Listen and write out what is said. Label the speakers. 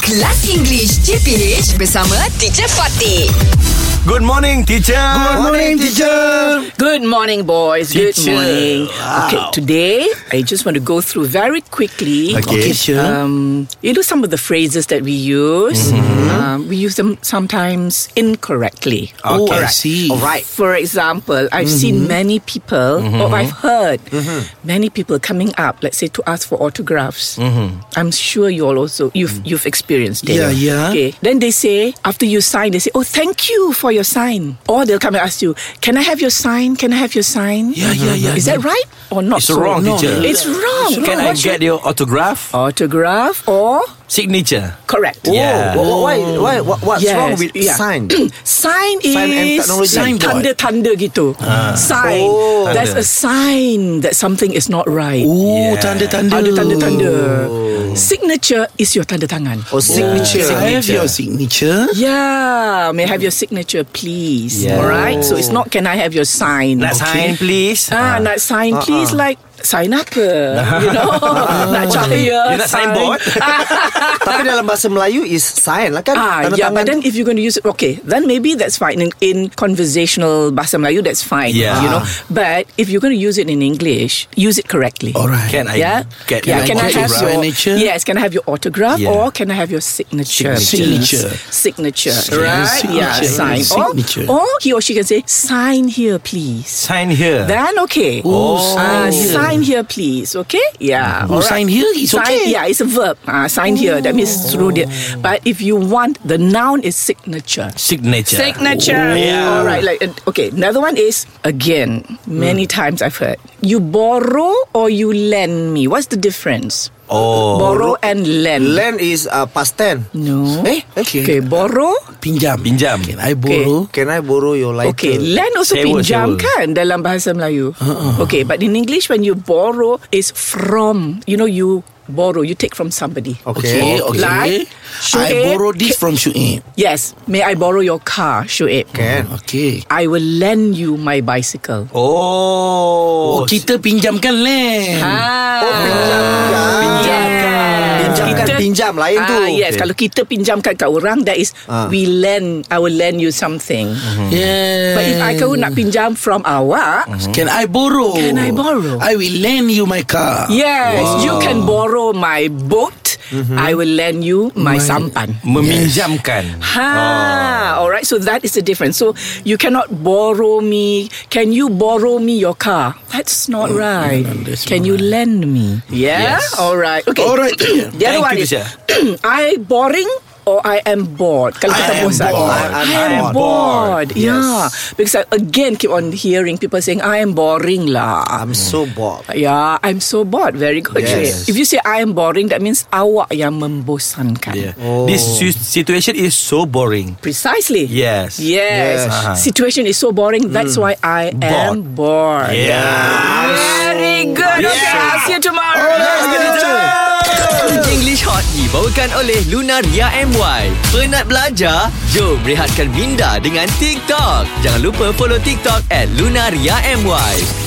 Speaker 1: Kelas English CPH bersama Teacher Fatih.
Speaker 2: Good morning, teacher. Good
Speaker 3: morning, teacher.
Speaker 4: Good morning, boys. Good
Speaker 3: Teacher.
Speaker 4: morning. Okay,
Speaker 3: Wow.
Speaker 4: today I just want to go through very quickly.
Speaker 2: Okay.
Speaker 3: Okay, sure.
Speaker 4: Um, you know some of the phrases that we use.
Speaker 3: Mm-hmm.
Speaker 4: Um, we use them sometimes incorrectly.
Speaker 3: Oh, I
Speaker 4: Alright.
Speaker 3: see.
Speaker 4: Alright. For example, I've seen many people, or I've heard many people coming up, let's say, to ask for autographs. I'm sure you all also you've you've experienced it.
Speaker 3: Yeah, yeah.
Speaker 4: Okay. Then they say after you sign, they say, "Oh, thank you for your sign." Or they'll come and ask you, "Can I have your sign? Can I have your sign?"
Speaker 3: Yeah, yeah, yeah,
Speaker 4: Is that right or not?
Speaker 2: It's
Speaker 4: so?
Speaker 2: wrong,
Speaker 4: No,
Speaker 2: teacher.
Speaker 4: It's wrong.
Speaker 2: Can I
Speaker 4: What should-
Speaker 2: get your autograph?
Speaker 4: autograph or
Speaker 2: Signature.
Speaker 4: correct?
Speaker 2: Yeah.
Speaker 5: Oh, why, why, what, what's
Speaker 4: Yes,
Speaker 5: wrong with
Speaker 4: yeah.
Speaker 5: sign?
Speaker 4: Sign is
Speaker 5: Sign and technology.
Speaker 4: sign
Speaker 3: Signboard.
Speaker 4: tanda tanda gitu. Sign.
Speaker 5: Oh.
Speaker 4: That's a sign that something is not right.
Speaker 3: Oh,
Speaker 2: Yeah.
Speaker 3: tanda-tanda.
Speaker 4: Ada tanda tanda. Signature is your tanda tangan.
Speaker 5: Or Oh, signature?
Speaker 3: I have your signature.
Speaker 4: Yeah, may I have your signature, please?
Speaker 2: Yeah.
Speaker 4: All right. So it's not can I have your sign?
Speaker 2: Nak sign, please.
Speaker 4: Ah, nak sign please like sign apa? you know, nak cahaya.
Speaker 2: You nak sign board?
Speaker 5: Tapi dalam bahasa Melayu is sign lah kan?
Speaker 4: Ah,
Speaker 5: Tanda
Speaker 4: yeah,
Speaker 5: tangan
Speaker 4: but then if you're going to use it, okay, then maybe that's fine. In, in conversational Bahasa Melayu, that's fine.
Speaker 2: Yeah.
Speaker 4: You know, but if you're going to use it in English, use it correctly.
Speaker 3: All right.
Speaker 2: Can I
Speaker 4: yeah.
Speaker 2: get
Speaker 4: yeah.
Speaker 2: your
Speaker 4: Can I
Speaker 2: autograph?
Speaker 4: have your
Speaker 3: Signature?
Speaker 4: Yes. Can I have your autograph
Speaker 2: Yeah.
Speaker 4: or can I have your signature?
Speaker 3: Signature.
Speaker 4: please? Signature.
Speaker 3: Signature.
Speaker 4: Right. Yeah.
Speaker 3: Signature.
Speaker 4: Sign.
Speaker 3: Signature.
Speaker 4: Or, or he or she can say, "Sign here, please."
Speaker 2: Sign here.
Speaker 4: Then okay.
Speaker 3: Oh,
Speaker 4: Ah,
Speaker 3: sign here.
Speaker 4: sign here, please. Okay. Yeah.
Speaker 3: Oh,
Speaker 4: alright.
Speaker 3: sign here is
Speaker 4: Sign-
Speaker 3: okay. Oh.
Speaker 4: Yeah, it's a verb. Ah, sign here. That means through there. But if you want, the noun is signature.
Speaker 2: Signature. Oh.
Speaker 4: Signature. All right. Like and- okay. Another one is again. Many
Speaker 3: Hmm.
Speaker 4: times I've heard you borrow or you lend me. What's the difference?
Speaker 2: Oh.
Speaker 4: Borrow and lend.
Speaker 5: Land is uh, past tense
Speaker 4: no.
Speaker 5: Eh,
Speaker 3: okay.
Speaker 4: Okay. Borrow.
Speaker 3: Pinjam.
Speaker 2: Pinjam.
Speaker 3: Can I borrow?
Speaker 5: Can I borrow your lighter?
Speaker 4: Okay, lend also
Speaker 2: Sewa,
Speaker 4: pinjam
Speaker 2: sewa.
Speaker 4: kan dalam bahasa Melayu.
Speaker 3: Uh-uh.
Speaker 4: Okay, but in English when you borrow is from. You know you borrow, you take from somebody.
Speaker 5: Okay.
Speaker 3: Okay, okay.
Speaker 4: Like,
Speaker 3: I
Speaker 4: Shuib.
Speaker 3: borrow this from Shuib.
Speaker 4: Yes, may I borrow your car, Shuib?
Speaker 5: Can.
Speaker 3: Okay.
Speaker 4: I will lend you my bicycle.
Speaker 2: Oh.
Speaker 3: Oh, kita pinjamkan land.
Speaker 4: Ah.
Speaker 5: Pinjamkan. Oh. Pinjamkan, pinjam lain tu.
Speaker 4: Ah, yes,
Speaker 5: Okay.
Speaker 4: kalau kita pinjamkan kat orang that is
Speaker 5: Ah. Mm-hmm.
Speaker 4: we lend, I will lend you something.
Speaker 3: Yeah.
Speaker 4: But if I kau nak pinjam from awak,
Speaker 5: Mm.
Speaker 3: Can I borrow?
Speaker 4: Can I borrow?
Speaker 3: I will lend you my car.
Speaker 4: yes, you can borrow my boat.
Speaker 5: Mm-hmm.
Speaker 4: I will lend you my, sampan.
Speaker 2: Meminjamkan.
Speaker 4: Ha, all right. So that is the difference. So you cannot borrow me. Can you borrow me your car? That's not right.
Speaker 3: that's
Speaker 4: Can you lend me? Yeah.
Speaker 2: Yes.
Speaker 4: All right. Okay.
Speaker 3: All right.
Speaker 4: The other
Speaker 2: Thank
Speaker 4: one
Speaker 2: you,
Speaker 4: is
Speaker 2: Tisha.
Speaker 4: I boring or I am bored. Kalau
Speaker 3: I
Speaker 4: kita
Speaker 3: am
Speaker 4: bosan. I,
Speaker 3: bored.
Speaker 5: I'm-
Speaker 4: am
Speaker 5: I'm
Speaker 4: bored.
Speaker 5: bored.
Speaker 4: Yeah. Because I again keep on hearing people saying I am boring lah.
Speaker 5: I'm so bored.
Speaker 4: Yeah, I'm so bored. Very good.
Speaker 5: Yes.
Speaker 4: If you say I am boring, that means awak yang membosankan.
Speaker 2: Yeah.
Speaker 6: Oh.
Speaker 2: This si- situation is so boring.
Speaker 4: Precisely.
Speaker 2: Yes.
Speaker 5: Yes.
Speaker 4: Yes.
Speaker 2: Uh-huh.
Speaker 4: Situation is so boring. That's why I am bored.
Speaker 2: Yeah.
Speaker 4: Very good. Okay, I'll see you tomorrow.
Speaker 6: English Hot dibawakan oleh Lunaria MY. Penat belajar? Jom rehatkan minda dengan TikTok. Jangan lupa follow TikTok at Lunaria MY.